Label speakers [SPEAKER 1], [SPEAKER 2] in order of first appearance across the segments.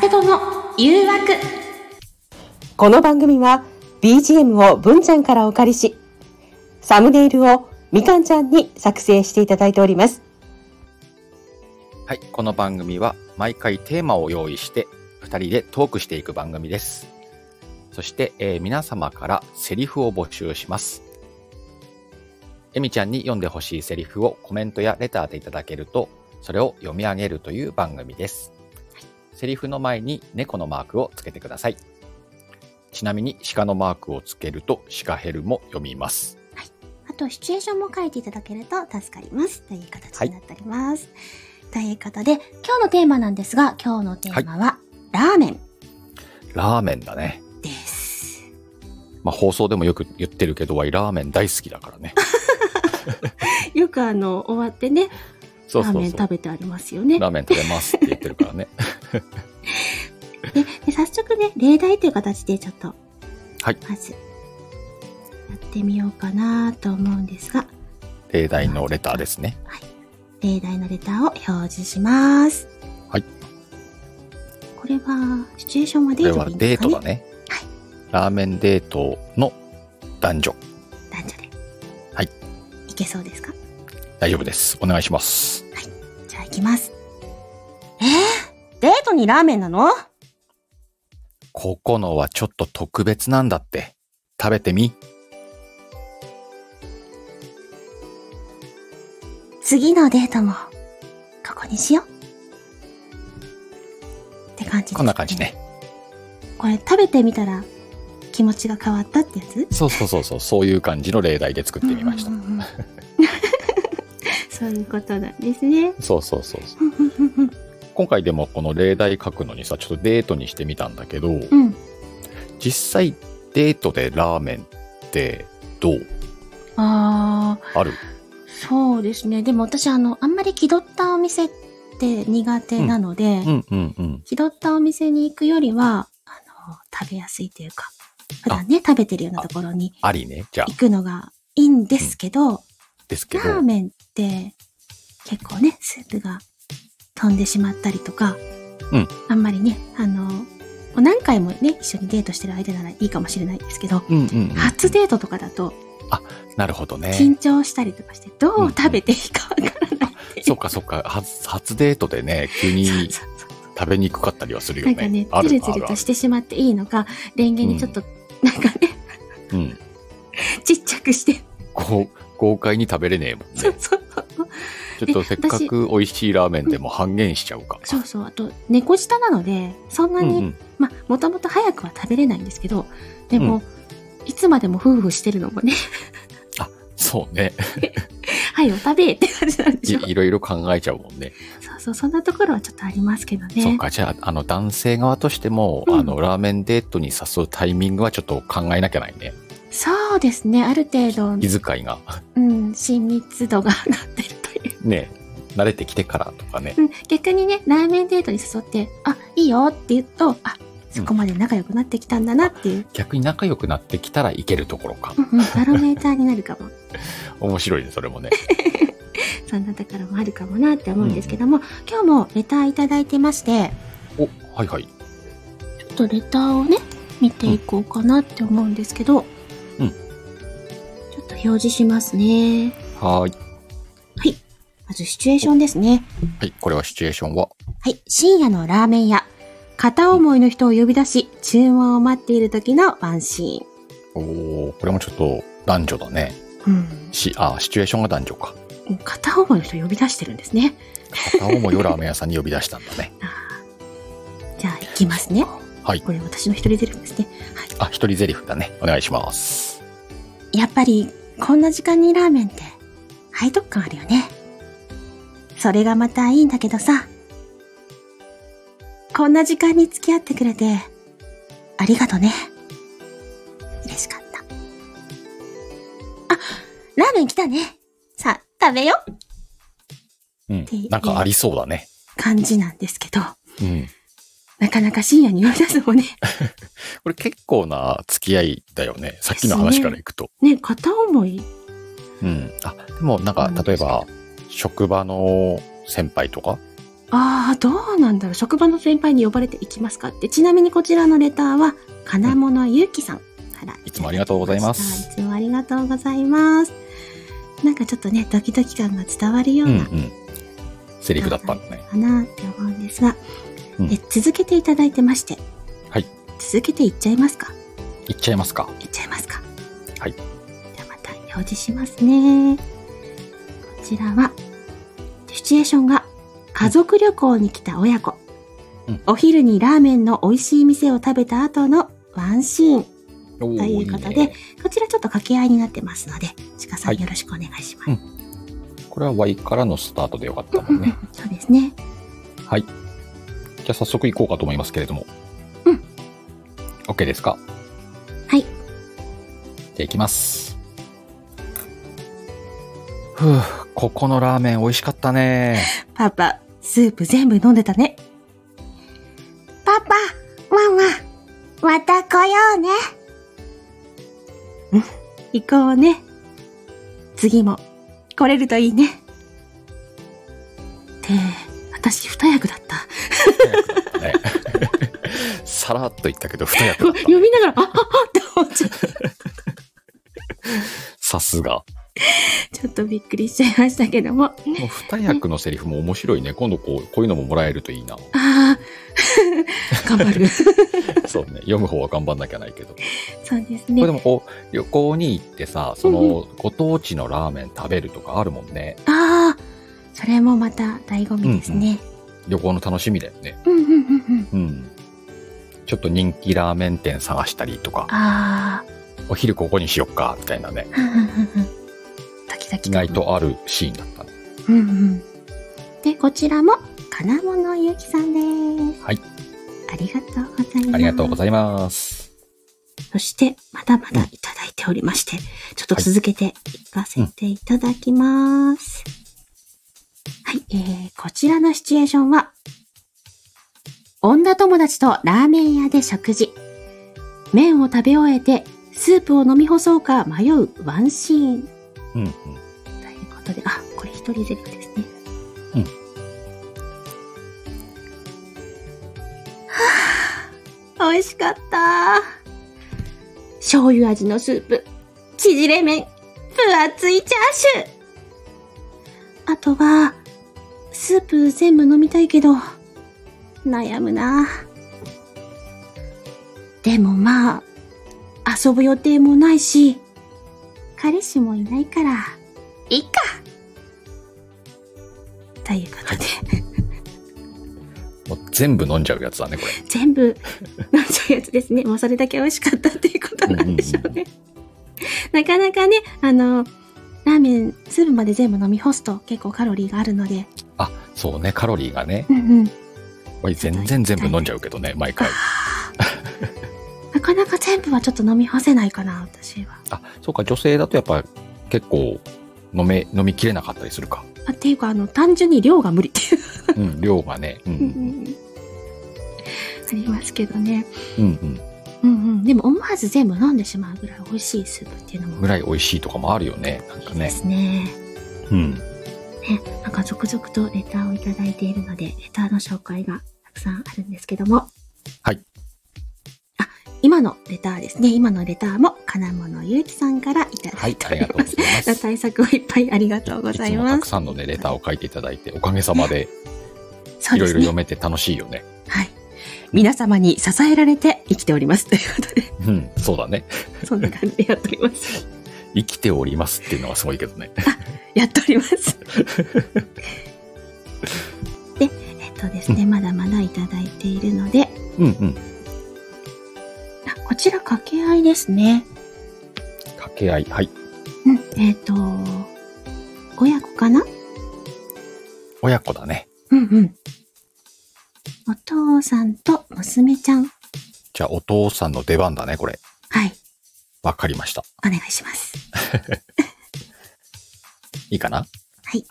[SPEAKER 1] ペトの誘惑
[SPEAKER 2] この番組は BGM を文ちゃんからお借りし、サムネイルをみかんちゃんに作成していただいております。
[SPEAKER 3] はい、この番組は毎回テーマを用意して2人でトークしていく番組です。そして、えー皆様からセリフを募集します。エミちゃんに読んでほしいセリフをコメントやレターでいただけると、それを読み上げるという番組です。セリフの前に猫のマークをつけてください。ちなみに鹿のマークをつけると鹿ヘルも読みます。
[SPEAKER 1] あとシチュエーションも書いていただけると助かりますという形になっております、ということで今日のテーマなんですが今日のテーマは、ラーメン
[SPEAKER 3] ラーメンだね。
[SPEAKER 1] です
[SPEAKER 3] まあ放送でもよく言ってるけど、ワイラーメン大好き だからね。
[SPEAKER 1] よくあの終わってね
[SPEAKER 3] そうそうそう。
[SPEAKER 1] ラーメン食べてありますよね
[SPEAKER 3] ラーメン食べますって言ってるから ね。
[SPEAKER 1] でで早速ね例題という形でちょっと
[SPEAKER 3] はい
[SPEAKER 1] まずやってみようかなと思うんですが
[SPEAKER 3] 例題のレターですね。
[SPEAKER 1] 例題のレターを表示します。
[SPEAKER 3] はい。
[SPEAKER 1] これは、シチュエーションは
[SPEAKER 3] こ
[SPEAKER 1] デ
[SPEAKER 3] れ
[SPEAKER 1] ート
[SPEAKER 3] は
[SPEAKER 1] でいいん
[SPEAKER 3] デ
[SPEAKER 1] で
[SPEAKER 3] ー
[SPEAKER 1] すか
[SPEAKER 3] ト
[SPEAKER 1] ね
[SPEAKER 3] だね。
[SPEAKER 1] はい
[SPEAKER 3] ラーメンデートの男女。
[SPEAKER 1] 男女で。
[SPEAKER 3] はい。
[SPEAKER 1] いけそうですか
[SPEAKER 3] 大丈夫です。お願いします。
[SPEAKER 1] じゃあ行きます。えー、デートにラーメンなの
[SPEAKER 3] ここのはちょっと特別なんだって。食べてみ。
[SPEAKER 1] 次のデートも、ここにしよう。って感じです、
[SPEAKER 3] こんな感じ。ね。
[SPEAKER 1] これ食べてみたら、気持ちが変わったってやつ
[SPEAKER 3] そうそうそうそう。そういう感じの例題で作ってみました
[SPEAKER 1] うん。うん うんうんそういうことなんですね。
[SPEAKER 3] そうそうそうそう。
[SPEAKER 1] うんうんうんうん
[SPEAKER 3] 今回でもこの例題書くのにさ、ちょっとデートにしてみたんだけど、
[SPEAKER 1] うん。
[SPEAKER 3] 実際デートでラーメンってどう
[SPEAKER 1] あー。
[SPEAKER 3] ある
[SPEAKER 1] そうですね。でも私、あの、あんまり気取ったお店って苦手なので、
[SPEAKER 3] うんうんうん。
[SPEAKER 1] 気取ったお店に行くよりは、あの、食べやすいというか、普段ね、食べてるようなところに
[SPEAKER 3] ありね。じゃあ
[SPEAKER 1] 行、くのがいいんですけど、
[SPEAKER 3] ですけ
[SPEAKER 1] ラ
[SPEAKER 3] ど。
[SPEAKER 1] ーメンって結構ね、スープが飛んでしまったりとか、
[SPEAKER 3] うん
[SPEAKER 1] あんまりね、あの、もう何回もね、一緒にデートしてる間ならいいかもしれないですけど、
[SPEAKER 3] うんうんうん、
[SPEAKER 1] 初デートとかだと
[SPEAKER 3] なるほどね。
[SPEAKER 1] 緊張したりとかして、どう食べていいかわからないっていう。
[SPEAKER 3] そっかそっか。初、初デートでね、急に
[SPEAKER 1] そうそう
[SPEAKER 3] 食べにくかったりはするよ
[SPEAKER 1] な
[SPEAKER 3] ね。
[SPEAKER 1] んかね
[SPEAKER 3] あ、
[SPEAKER 1] つ
[SPEAKER 3] る
[SPEAKER 1] るつる
[SPEAKER 3] あ
[SPEAKER 1] と
[SPEAKER 3] る
[SPEAKER 1] してしまっていいのか、レンゲにちょっと、なんかね、
[SPEAKER 3] あるうん。
[SPEAKER 1] ちっちゃくして、
[SPEAKER 3] こう、豪快に食べれねえもん
[SPEAKER 1] そう
[SPEAKER 3] ね。
[SPEAKER 1] そうそう。
[SPEAKER 3] ちょっとせっか
[SPEAKER 1] 私
[SPEAKER 3] く美味しいラーメンでも半減しちゃうか。
[SPEAKER 1] そうそう。あと、猫舌なので、そんな
[SPEAKER 3] うん
[SPEAKER 1] に、
[SPEAKER 3] うん。
[SPEAKER 1] まあ、もともと早くは食べれないんですけど、でも、いつまでも夫婦してるのもね、
[SPEAKER 3] そうね
[SPEAKER 1] はい、お食べって感じなんで
[SPEAKER 3] い
[SPEAKER 1] しょ。。
[SPEAKER 3] いろいろ考えちゃうもんね。
[SPEAKER 1] そうそう、そんなところはちょっとありますけど
[SPEAKER 3] そっ
[SPEAKER 1] ね。
[SPEAKER 3] か。じゃあ、あの、男性側としても、
[SPEAKER 1] うん
[SPEAKER 3] あの、ラーメンデートに誘うタイミングはちょっと考えなきゃないね。
[SPEAKER 1] そうですね、ある程度、
[SPEAKER 3] 気遣いが。
[SPEAKER 1] うん、親密度が上がってるという。
[SPEAKER 3] ね。慣れてきてからとかね。
[SPEAKER 1] うん、逆にね、ラーメンデートに誘って、あ、いいよって言うと、あ、そこまで仲良くなってきたんだなっていう、
[SPEAKER 3] 逆に仲良くなってきたらいけるところか
[SPEAKER 1] う。んうん、バロメーターになるかも、
[SPEAKER 3] 面白いね、それもね。
[SPEAKER 1] そんなところもあるかもなって思うんですけども、今日もレターいただいてまして、
[SPEAKER 3] お、はいはい。
[SPEAKER 1] ちょっとレターをね、見ていこうかなって思うんですけど、
[SPEAKER 3] うん
[SPEAKER 1] ちょっと表示しますね。
[SPEAKER 3] はーい。
[SPEAKER 1] まずシチュエーションですね。
[SPEAKER 3] はい、これはシチュエーションは
[SPEAKER 1] はい、深夜のラーメン屋。片思いの人を呼び出し、注文を待っている時のワンシ
[SPEAKER 3] おおこれもちょっと男女だね。
[SPEAKER 1] ーン。うん
[SPEAKER 3] し、あ、シチュエーションが男女か。
[SPEAKER 1] 片思いの人呼び出してるんですね。
[SPEAKER 3] 片思いをラーメン屋さんに呼び出したんだね。
[SPEAKER 1] じゃあ、行きますね。
[SPEAKER 3] はい。
[SPEAKER 1] これ私の一人出るんですね。
[SPEAKER 3] あ、一人ゼリフだね。お願いします。
[SPEAKER 1] やっぱり、こんな時間にラーメンって、背徳感あるよね。それがまたいいんだけどさ。こんな時間に付き合ってくれて、ありがとね。嬉しかった。あ、ラーメン来たね。さあ、食べよ。
[SPEAKER 3] うん
[SPEAKER 1] ていう。
[SPEAKER 3] なんかありそうだね。
[SPEAKER 1] 感じなんですけど、
[SPEAKER 3] うん。
[SPEAKER 1] なかなか深夜に呼び出すもね、
[SPEAKER 3] これ結構な付き合いだよね。さっきの話からいくと。
[SPEAKER 1] ね、片思い。
[SPEAKER 3] うん。あ、でもなんか、例えば、職場の先輩とか
[SPEAKER 1] ああ、どうなんだろう。職場の先輩に呼ばれて行きますかって。ちなみにこちらのレターは、金物ゆうきさんから
[SPEAKER 3] いつもありがとうございます
[SPEAKER 1] いつもありがとうございます。なんかちょっとね、ドキドキ感が伝わるよう
[SPEAKER 3] うんう。
[SPEAKER 1] なん
[SPEAKER 3] セリフだったんだね。
[SPEAKER 1] かなって思うんですが、
[SPEAKER 3] うん
[SPEAKER 1] え続けていただいてまして、
[SPEAKER 3] はい
[SPEAKER 1] 続けていっちゃいますか
[SPEAKER 3] いっちゃいますか。
[SPEAKER 1] いっちゃいますか
[SPEAKER 3] はい
[SPEAKER 1] ではまた表示しますねこちらはシチュエーションが家族旅行に来た親子、
[SPEAKER 3] うん
[SPEAKER 1] お昼にラーメンの美味しい店を食べた後のワンシーンと
[SPEAKER 3] と
[SPEAKER 1] いうことでこちらちょっと掛け合いになってますので鹿さん
[SPEAKER 3] はい
[SPEAKER 1] よろしくお願いします、
[SPEAKER 3] うんこれは Y からのスタートでよかったもんね。
[SPEAKER 1] そうですね
[SPEAKER 3] はい。じゃあ早速行こうかと思いますけれども。
[SPEAKER 1] うん。
[SPEAKER 3] OK ですか
[SPEAKER 1] はい
[SPEAKER 3] じゃあ行きます。ふうここのラーメン美味しかったね。
[SPEAKER 1] パパスープ全部飲んでたねパパママまた来ようね行こうね次も来れるといいねって私二役だった
[SPEAKER 3] ねさらっと言ったけど、二役だった。
[SPEAKER 1] 読みながらあああって思っちゃった
[SPEAKER 3] さすが。
[SPEAKER 1] ちょっとびっくりしちゃいましたけどもあ
[SPEAKER 3] もう二役のセリフも面白いね。今度こう、こういうのももらえる といいな。
[SPEAKER 1] あ ー頑張る
[SPEAKER 3] そうね。読む方は頑張んなきゃないけど。
[SPEAKER 1] そうです
[SPEAKER 3] これ
[SPEAKER 1] ね
[SPEAKER 3] でもこう、旅行に行ってさ、そ
[SPEAKER 1] うん
[SPEAKER 3] の、ご当地のラーメン食べるとかあるもんね。
[SPEAKER 1] ああそれもまた醍醐味ですね、
[SPEAKER 3] 旅行の楽しみだよね。
[SPEAKER 1] うんうんうんうん
[SPEAKER 3] うん。ちょっと人気ラーメン店探したりとか、
[SPEAKER 1] あ
[SPEAKER 3] お昼ここにしよっか、みたいなね。
[SPEAKER 1] あ、うんうんうんうん。ドキドキ
[SPEAKER 3] 意外。とあるシーンだったね。
[SPEAKER 1] うんうん。で、こちらも、金物ゆうきさんです。
[SPEAKER 3] はい。
[SPEAKER 1] ありがとうございます。
[SPEAKER 3] ありがとうご
[SPEAKER 1] い
[SPEAKER 3] ざい
[SPEAKER 1] ま
[SPEAKER 3] ます。
[SPEAKER 1] す。そして、まだまだいただいておりまして、ちょっと続けていかせていただきます。はい、えー、こちらのシチュエーションは、女友達とラーメン屋で食事。麺を食べ終えて、スープを飲み干そうか迷うワンシーン。
[SPEAKER 3] うんうん。
[SPEAKER 1] ということで、あ、これ一人ゼリフですね。
[SPEAKER 3] うん
[SPEAKER 1] はあ、美味しかった。醤油味のスープ、縮れ麺、分厚いチャーシュー。あとは、スープ全部飲みたいけど、悩むな。でもまあ、遊ぶ予定もないし、彼氏もいないから、いいかということで、
[SPEAKER 3] もう全部飲んじゃうやつだね、これ。
[SPEAKER 1] 全部飲んじゃうやつです ね。もうそれだけ美味しかったっていうことなんでしょうね。なかなかね、あの、ラーメン、スープまで全部飲み干すと結構カロリーがあるので。
[SPEAKER 3] あ、そうね、カロリーがね。
[SPEAKER 1] うんうん。
[SPEAKER 3] 俺全然全部飲んじゃうけどね、毎回。
[SPEAKER 1] なかなか全部はちょっと飲み干せないかな、私は。
[SPEAKER 3] あ、そうか、女性だとやっぱ結構飲め、飲みきれなかったりするか。
[SPEAKER 1] あっていうか、あの、単純に量が無理っていう。
[SPEAKER 3] うん、量がね。うん
[SPEAKER 1] ありますけどね。
[SPEAKER 3] うん。うん
[SPEAKER 1] うんうん。でも思わず全部飲んでしまうぐらい美味しいスープっていうの
[SPEAKER 3] うん。
[SPEAKER 1] も
[SPEAKER 3] ぐらい美味しいとかもあるよね、なんか
[SPEAKER 1] で
[SPEAKER 3] ね。
[SPEAKER 1] すね。
[SPEAKER 3] うん。
[SPEAKER 1] ね、なんか続々とレターをいただいているので、レターの紹介がたくさんあるんですけども。
[SPEAKER 3] はい。
[SPEAKER 1] あ、今のレターですね。今のレターも、金物ゆうきさんからいただ
[SPEAKER 3] はいい、
[SPEAKER 1] て
[SPEAKER 3] あ
[SPEAKER 1] おり
[SPEAKER 3] りがとうご
[SPEAKER 1] ます。
[SPEAKER 3] ざ います。
[SPEAKER 1] 対策をいっぱいありがとうござい
[SPEAKER 3] つもた
[SPEAKER 1] ま
[SPEAKER 3] く
[SPEAKER 1] す。
[SPEAKER 3] さんのね、レターを書いていただいて、おかげさまで、
[SPEAKER 1] そ
[SPEAKER 3] い
[SPEAKER 1] で
[SPEAKER 3] うろい
[SPEAKER 1] す
[SPEAKER 3] ろ
[SPEAKER 1] ね。
[SPEAKER 3] 読めて楽しいよね。
[SPEAKER 1] はい。皆様に支えられて生きております。ということで、
[SPEAKER 3] うん、そうだね。
[SPEAKER 1] そんな感じでやっております。
[SPEAKER 3] 生きておりますっていうのがすごいけどね。
[SPEAKER 1] やっており ます。で、えっとですね、まだまだいただいているので、
[SPEAKER 3] うんうん。
[SPEAKER 1] あこちら掛け合いですね。
[SPEAKER 3] 掛け合い。はい。
[SPEAKER 1] うん、えっ、と、親子かな
[SPEAKER 3] 親子だね。
[SPEAKER 1] うんうん。お父さんと娘ちゃん。
[SPEAKER 3] じゃあ、お父さんの出番だね、これ。
[SPEAKER 1] はい、
[SPEAKER 3] わかりました。
[SPEAKER 1] お願いします。
[SPEAKER 3] いいかな
[SPEAKER 1] はい。
[SPEAKER 3] じ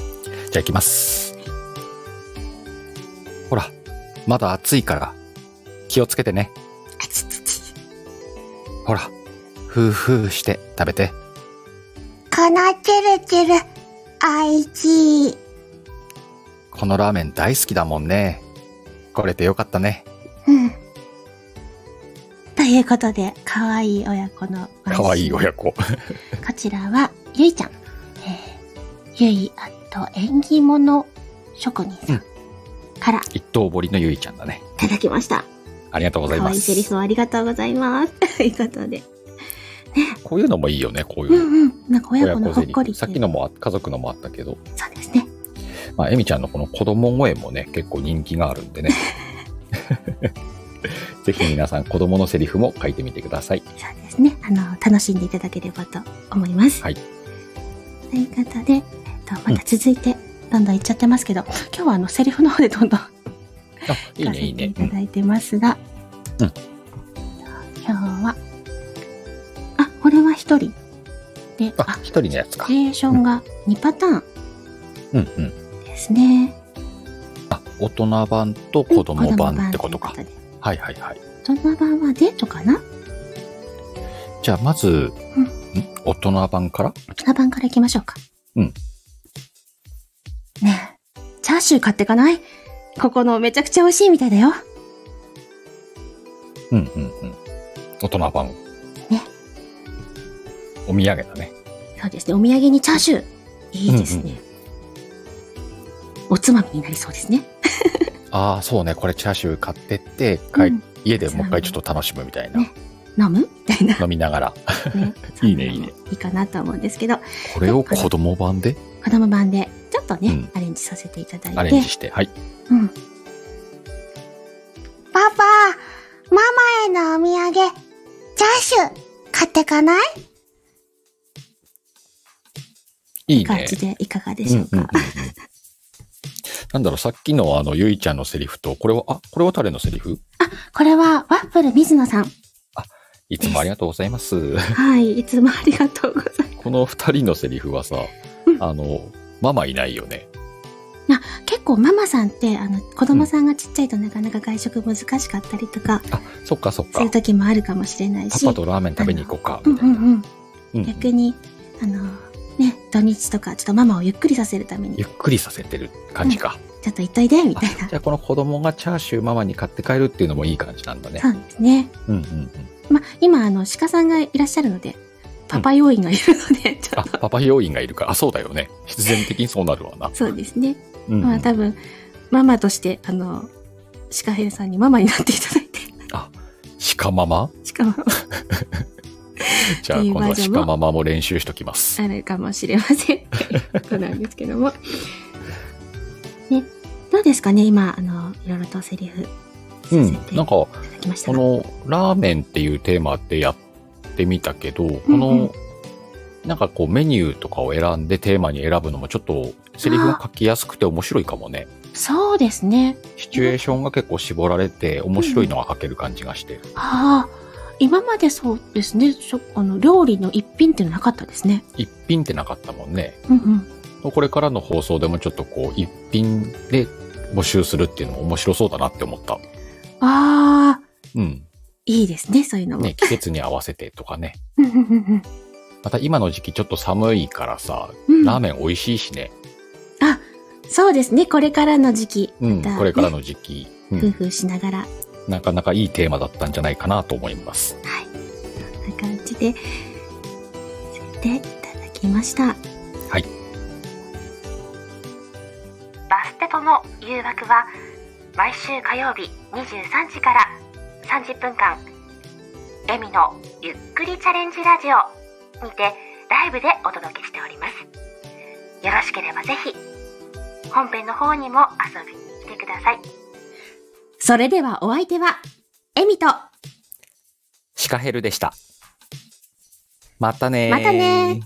[SPEAKER 3] ゃあ、行きます。ほら、まだ暑いから、気をつけてね。
[SPEAKER 1] あちちち。
[SPEAKER 3] ほら、ふうふうして食べて。
[SPEAKER 1] このチルチル、おいしい。
[SPEAKER 3] ここのラーメン大好きだもんね。来れてよかったね。
[SPEAKER 1] うん。ということで、かわいい親子のご挨拶
[SPEAKER 3] かわいい親子。
[SPEAKER 1] こちらは、ゆいちゃん。えー、ゆい、あと、縁起物職人さ
[SPEAKER 3] うん
[SPEAKER 1] んから
[SPEAKER 3] 一等堀のゆいちゃんだね。
[SPEAKER 1] いただきました。
[SPEAKER 3] ありがとうござい
[SPEAKER 1] か
[SPEAKER 3] ま
[SPEAKER 1] わいい
[SPEAKER 3] す。
[SPEAKER 1] セリフをありがとうございます。 ということで。
[SPEAKER 3] こういうのもいいよね、こういううの。
[SPEAKER 1] んうん。なんか親子のほ
[SPEAKER 3] セ
[SPEAKER 1] っ
[SPEAKER 3] リ
[SPEAKER 1] こり
[SPEAKER 3] フ。
[SPEAKER 1] って
[SPEAKER 3] さっ
[SPEAKER 1] い
[SPEAKER 3] き
[SPEAKER 1] う。
[SPEAKER 3] のもあ家族のもあったけど、
[SPEAKER 1] そうですね。
[SPEAKER 3] まあ、エミちゃんのこの子供声もね、結構人気がある んでね。ぜひ皆さん、子供のセリフも書いてみてください。
[SPEAKER 1] そうですね。あの、楽しんでいただければと思います。
[SPEAKER 3] はい
[SPEAKER 1] ということで、えっと、また続いて、どんどんいっちゃってますけど、 今日はあの、セリフの方でどんどん
[SPEAKER 3] あ、
[SPEAKER 1] 行
[SPEAKER 3] い い
[SPEAKER 1] か
[SPEAKER 3] ね、
[SPEAKER 1] せて
[SPEAKER 3] いいね
[SPEAKER 1] い。ただいてますが、
[SPEAKER 3] うん
[SPEAKER 1] 今日は、あ、これは一人。で、
[SPEAKER 3] あ
[SPEAKER 1] あ、、
[SPEAKER 3] 一人のやつか
[SPEAKER 1] シチ。ュエーションが2パターン
[SPEAKER 3] うんうん。
[SPEAKER 1] ですね。
[SPEAKER 3] あ、大人版と子供版ってことか
[SPEAKER 1] 子。供版というこ
[SPEAKER 3] はいはいはい。
[SPEAKER 1] とで大人版はデートかな
[SPEAKER 3] じゃあ、まず、ん大人版から
[SPEAKER 1] 大人版から行きましょうか。
[SPEAKER 3] うん。
[SPEAKER 1] ねえ、チャーシュー買ってかないここのめちゃくちゃ美味しいみたいだよ。
[SPEAKER 3] うんうんうん。大人版。
[SPEAKER 1] ね。
[SPEAKER 3] お土産だね。
[SPEAKER 1] そうですね、お土産にチャーシュー。いいですね。
[SPEAKER 3] うん
[SPEAKER 1] おつまみになりそうですね。
[SPEAKER 3] ああ、そうね。これチャーシュー買ってって、帰
[SPEAKER 1] うん
[SPEAKER 3] 家でもう一回ちょっと楽しむみたいな。
[SPEAKER 1] ね飲むみたいな。
[SPEAKER 3] 飲みながら。
[SPEAKER 1] ね
[SPEAKER 3] いいねいいね。
[SPEAKER 1] いいかなと思うんですけど、
[SPEAKER 3] これを子供版で
[SPEAKER 1] 子供版でちょっとね、
[SPEAKER 3] うん
[SPEAKER 1] アレンジさせていただ
[SPEAKER 3] ア
[SPEAKER 1] い
[SPEAKER 3] レン
[SPEAKER 1] て
[SPEAKER 3] ジ。して。はい。
[SPEAKER 1] うん。パパ、ママへのお土産、チャーシュー、買ってかない
[SPEAKER 3] いい
[SPEAKER 1] 感
[SPEAKER 3] ね。
[SPEAKER 1] じでいかがでしょうか。
[SPEAKER 3] んんんんなんだろう、さっきのあの、ゆいちゃんのセリフと、これは、あ、これは誰のセリフ
[SPEAKER 1] これは、ワッフル水野さん。
[SPEAKER 3] いつもありがとうござ います。
[SPEAKER 1] はい、いつもありがとうございます。
[SPEAKER 3] この二人のセリフはさ
[SPEAKER 1] う、ん
[SPEAKER 3] あの、ママいないよね。
[SPEAKER 1] 結構ママさんって、あの、子供さんがちっちゃいとなかなか外食難しかったりとか、
[SPEAKER 3] あ、そっかそっ
[SPEAKER 1] そう
[SPEAKER 3] か
[SPEAKER 1] いう。時もあるかもしれない
[SPEAKER 3] パ
[SPEAKER 1] し。
[SPEAKER 3] パとラーメン食べに行こうか、
[SPEAKER 1] うんうんうん。
[SPEAKER 3] みたいな。うんうん
[SPEAKER 1] 逆に、あの、ね、土日とか、ちょっとママをゆっくりさせるために、
[SPEAKER 3] ゆっくりさせてる感じか。
[SPEAKER 1] ちょっと行っといで、み
[SPEAKER 3] あ
[SPEAKER 1] たいな
[SPEAKER 3] じ。ゃあこの子供がチャーシューママに買って帰るっていうのもいい感じなんだね
[SPEAKER 1] そ。うですね。
[SPEAKER 3] うんうんうん。
[SPEAKER 1] まあ、今、あの、鹿さんがいらっしゃるので、パパ要員がいるので、ちょ
[SPEAKER 3] あ、
[SPEAKER 1] っと、
[SPEAKER 3] パパ要員がいるから。あ、そうだよね。必然的にそうなるわな。
[SPEAKER 1] そうですね。
[SPEAKER 3] うんうん
[SPEAKER 1] まあ、多分、ママとして、あの、鹿平さんにママになっていただいて、
[SPEAKER 3] 鹿ママ
[SPEAKER 1] 鹿ママ
[SPEAKER 3] じゃあ
[SPEAKER 1] っていう
[SPEAKER 3] 今度
[SPEAKER 1] バ
[SPEAKER 3] は
[SPEAKER 1] ージョンも
[SPEAKER 3] 鹿ママも練習しときます。
[SPEAKER 1] あるかもしれません。 ということなんですけども。ね、どうですかね、今、あの、いろいろとセリフ、さ
[SPEAKER 3] う
[SPEAKER 1] せ
[SPEAKER 3] ん
[SPEAKER 1] てい。
[SPEAKER 3] なんか、こ
[SPEAKER 1] ただきましたが。
[SPEAKER 3] のラーメンっていうテーマでやってみたけど、こ
[SPEAKER 1] うんうん
[SPEAKER 3] の、なんかこうメニューとかを選んでテーマに選ぶのもちょっとセリフが書きやすくて面白いかもね。
[SPEAKER 1] そうですね。
[SPEAKER 3] シチュエーションが結構絞られて面白いのが書ける感じがして。
[SPEAKER 1] ああ、今までそうですね、しょあの料理の一品っていうのはなかったですね。
[SPEAKER 3] 一品ってなかったもんね。
[SPEAKER 1] うんうん。
[SPEAKER 3] これからの放送でもちょっとこう、一品で募集するっていうのも面白そうだなって思った。
[SPEAKER 1] ああ、
[SPEAKER 3] うん。
[SPEAKER 1] いいですね、そういうのも。
[SPEAKER 3] ね、季節に合わせてとかね。
[SPEAKER 1] うんうんうん
[SPEAKER 3] また今の時期ちょっと寒いからさ、
[SPEAKER 1] うん。
[SPEAKER 3] ラー
[SPEAKER 1] ン。
[SPEAKER 3] メン美味しいしね。
[SPEAKER 1] そうですね、これからの時期、
[SPEAKER 3] うん、
[SPEAKER 1] だね
[SPEAKER 3] これからの時期、う
[SPEAKER 1] 夫
[SPEAKER 3] ん、
[SPEAKER 1] 婦しながら、は
[SPEAKER 3] なかなかいいテーマだったんじゃないかなと思います。
[SPEAKER 1] い。そんな感じで、させていただきました。
[SPEAKER 4] バステポの誘惑は毎週火曜日23時から30分間エミのゆっくりチャレンジラジオにてライブでお届けしておりますよろしければぜひ本編の方にも遊びに来てください
[SPEAKER 1] それではお相手は、エミと、
[SPEAKER 3] シカヘルでした。またね
[SPEAKER 1] またね